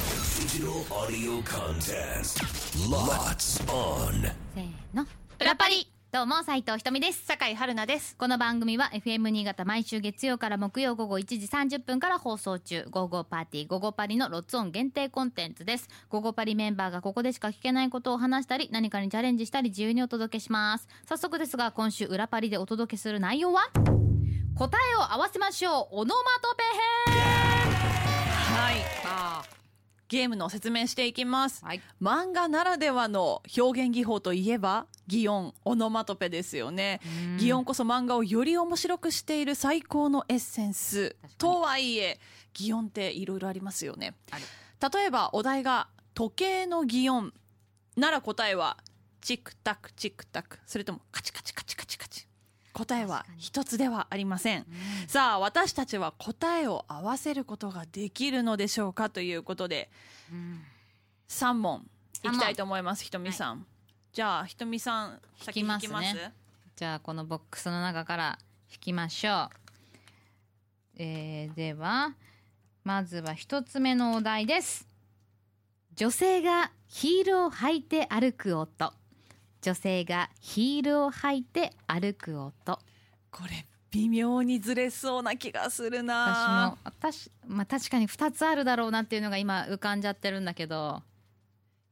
Digital audio contest. Lots on. せーの。プラパリどうも、斉藤ひとみです。酒井春菜です。この番組は FM 新潟毎週月曜から木曜午後1時30分から放送中、午後パーティー、午後パリのロッツオン限定コンテンツです。午後パリメンバーがここでしか聞けないことを話したり、何かにチャレンジしたり自由にお届けします。早速ですが、今週裏パリでお届けする内容は答えを合わせましょうオノマトペはい。あーゲームの説明していきます、はい漫画ならではの表現技法といえば、擬音、オノマトペですよね。編擬音こそ漫画をより面白くしている最高のエッセンス確かに。とはいえ、擬音っていろいろありますよね。ある例えば、お題が時計の擬音なら答えは、チクタクチクタク。それともカチカチカチカチカチ。答えは確かに一つではありません。さあ私たちは答えを合わせることができるのでしょうかということでうんうん3問い三問きたいと思いますひとみさん、じゃあひとみさん先きにま行すねきますじゃあこのボックスの中から引きましょう。えー、ではまずは一つ目のお題です。女性がヒールを履いて歩く音。女性がヒールを履いて歩く音。これ微妙にずれそうな気がする私なも私まあ確かに二つあるだろうなっていうのが今浮かんじゃってるんだけど。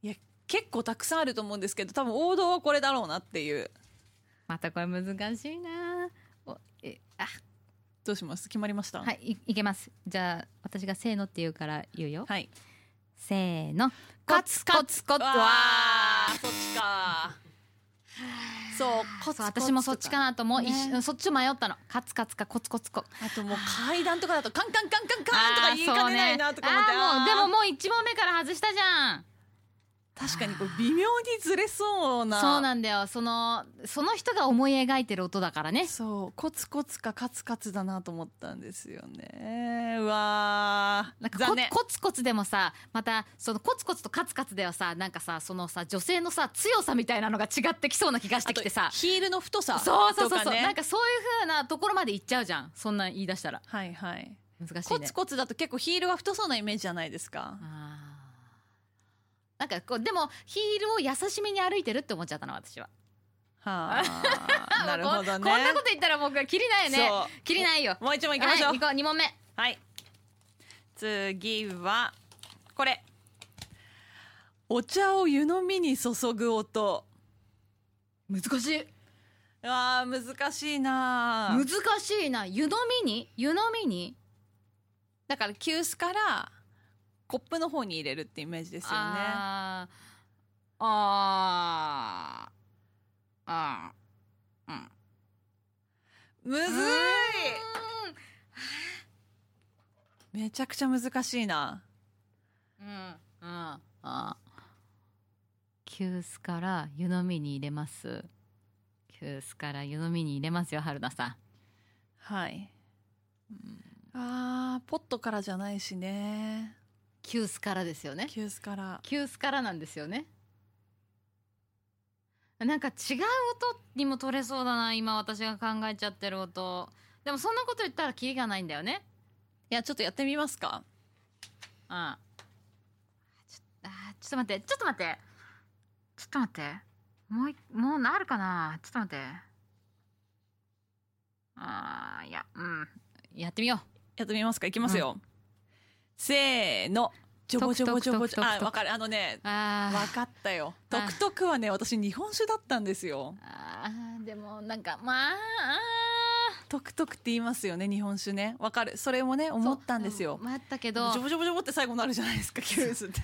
いや結構たくさんあると思うんですけど多分王道はこれだろうなっていうまたこれ難しいな。おえあどうします決まりましたはいいいけます。じゃあ私がせーのって言うから言うよ。はいせーの。コツコツコツ。わわーそっちかそうコツコツそう私もそっちかなと思う、ね一瞬そっちを迷ったのカツカツかコツコツコあともう階段とかだとカンカンカンカンカンとか言いかねないなとか思ってあーそうねあーもうであーももう一問目から外したじゃん確かにこう微妙にずれそうなそうなんだよそのその人が思い描いてる音だからねそうコツコツかカツカツだなと思ったんですよねうわーなんか残コ念コツコツでもさまたそのコツコツとカツカツではさなんかさそのさ女性のさ強さみたいなのが違ってきそうな気がしてきてさあとヒールの太さそうそうそうそう、とかねなんかそういう風なところまで行っちゃうじゃんそんなん言い出したらはいはい難しいねコツコツだと結構ヒールが太そうなイメージじゃないですかあーなんかこうでもヒールを優しめに歩いてるって思っちゃったの私は はあなるほどねここんなこと言ったら僕はキリないよねそうキリないよもう一問いきましょうはい、行こう二問目はい。次は、これ。お茶を湯飲みに注ぐ音。難しいああ、難しいな難しいな湯飲みに湯飲みにだから、急須から、コップの方に入れるってイメージですよね。あーあーあーうんむずいめちゃくちゃ難しいな。うんうんあ急須から湯飲みに入れます急須から湯飲みに入れますよ春菜さんはい。ああ、ポットからじゃないしね。急須からですよね急須から。急須からなんですよねなんか違う音にも取れそうだな今私が考えちゃってる音でもそんなこと言ったらキリがないんだよねいや、ちょっとやってみますか。うんちょあーちょっと待ってちょっと待ってちょっと待ってもういもうなるかなちょっと待ってあーいやうんやってみようやってみますかいきますよ。せーの。ジョボジョボジョボジトョクトクトクトボ。クあ、わかる。あのね、あわーかったよ。あトクトクはね、私日本酒だったんですよ。あーでもなんかまああトクトクって言いますよね、日本酒ね。わかる。それもね、ー思ったんですよそう。迷ったけジどョボジョボジョボって最後になるじゃないですか、キュースって。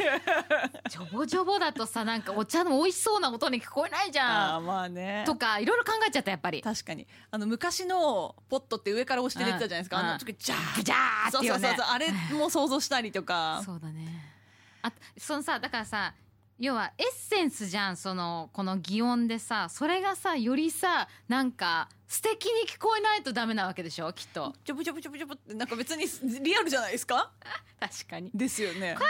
ジョボジョボだとさなんかお茶の美味しそうな音に聞こえないじあゃあ、んまあね。とかいろいろ考えちゃったやっぱり確かに。あの、昔のポットって上から押して出てたじゃないですか。うんあの時、ジャーガチャーそっうていそううそうねそう。あれも想像したりとか。そうだねあそのさだからさ要はエッセンスじゃんそのこの擬音でさそれがさよりさなんか素敵に聞こえないとダメなわけでしょきっとジョボジョボジョボジョボって、なんか別にリアルじゃないですか確かにですよね。待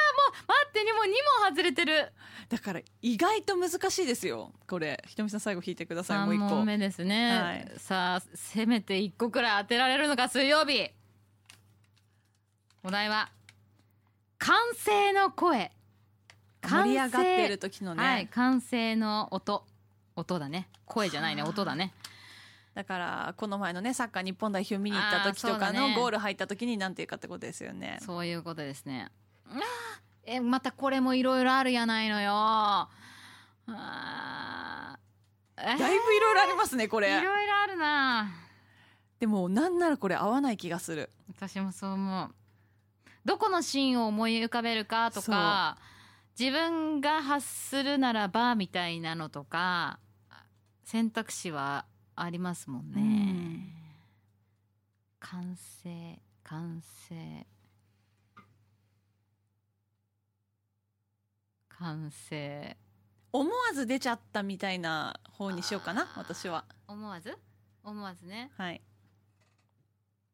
ってにも2問外れてるだから意外と難しいですよこれひとみさん最後引いてくださいもう3一個問目ですね、はいさあせめて1個くらい当てられるのか水曜日お題は「歓声の声盛り上がってる時のね、はい完成の音音だね声じゃないねはあ音だねだからこの前のねサッカー日本代表見に行った時とあーかそうだのねゴール入った時になんていうかってことですよねそういうことですねあーえまたこれもいろいろあるやないのよあーえーだいぶいろいろありますねこれいろいろあるなでもなんならこれ合わない気がする私もそう思うどこのシーンを思い浮かべるかとか自分が発するならばみたいなのとか選択肢はありますもんね、うん完成完成完成思わず出ちゃったみたいな方にしようかなあー私は思わず思わずねはい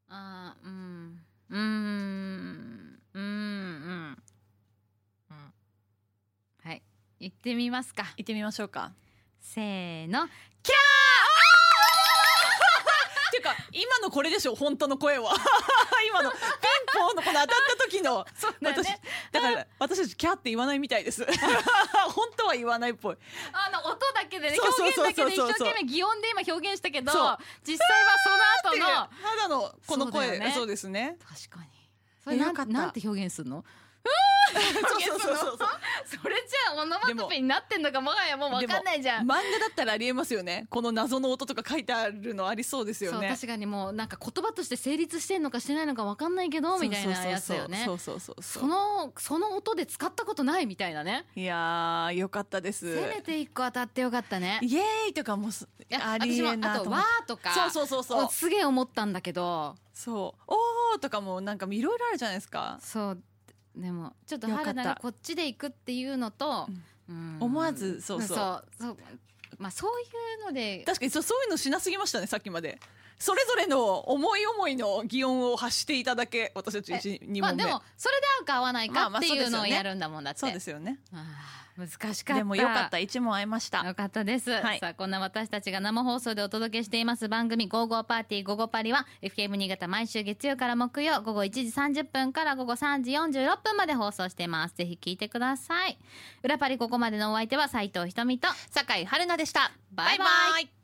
あーうんうーんうーんうんうんはい行ってみますか行ってみましょうかせーのっていうか今のこれでしょ本当の声は 今のピンポンのこの当たった時のそう私だから私たちキャーって言わないみたいです 本当は言わないっぽいあの音だけでねそう表そう現そうだけで一そう生懸命擬音で今表現したけどそう実際はその後のただのこの声そうだよねそうですね確かにそれなよかっんたなんて表現する のそうそうそうそうそれじゃあオノマトペになってんのかもはやもう分かんないじゃ漫ん画だったらありえますよねこの謎の音とか書いてあるのありそうですそようね確かにもうなんか言葉として成立してんのかしてないのか分かんないけどみたいなやつだよねそうそうそうそうそのその音で使ったことないみたいなねいやーよかったですせめて一個当たってよかったねイエーイとかもすいやありえんな私もとあと「思っわて」ーとかそうそうそうそうすげえ思ったんだけどそうおーとかもなんかいろいろあるじゃないですかそうでもちょっとよかった春菜がこっちで行くっていうのとうん、うん思わずそうそうそうそうまあそういうので確かにそうそういうのしなすぎましたねさっきまでそれぞれの思い思いの擬音を発していただけ私たち2まあ問で目、もそれで合うか合わないまかあまっあてそういですよねうのをやるんだもんだって、そうですよねあー難しかったでもよかった1問合いましたよかったです、はいさあこんな私たちが生放送でお届けしています番組「ゴーゴーパーティーゴゴパリは」FM 新潟毎週月曜から木曜午後1時30分から午後3時46分まで放送していますぜひ聞いてください裏パリここまでのお相手は斉藤ひとみと酒井春奈でしたバイバイイ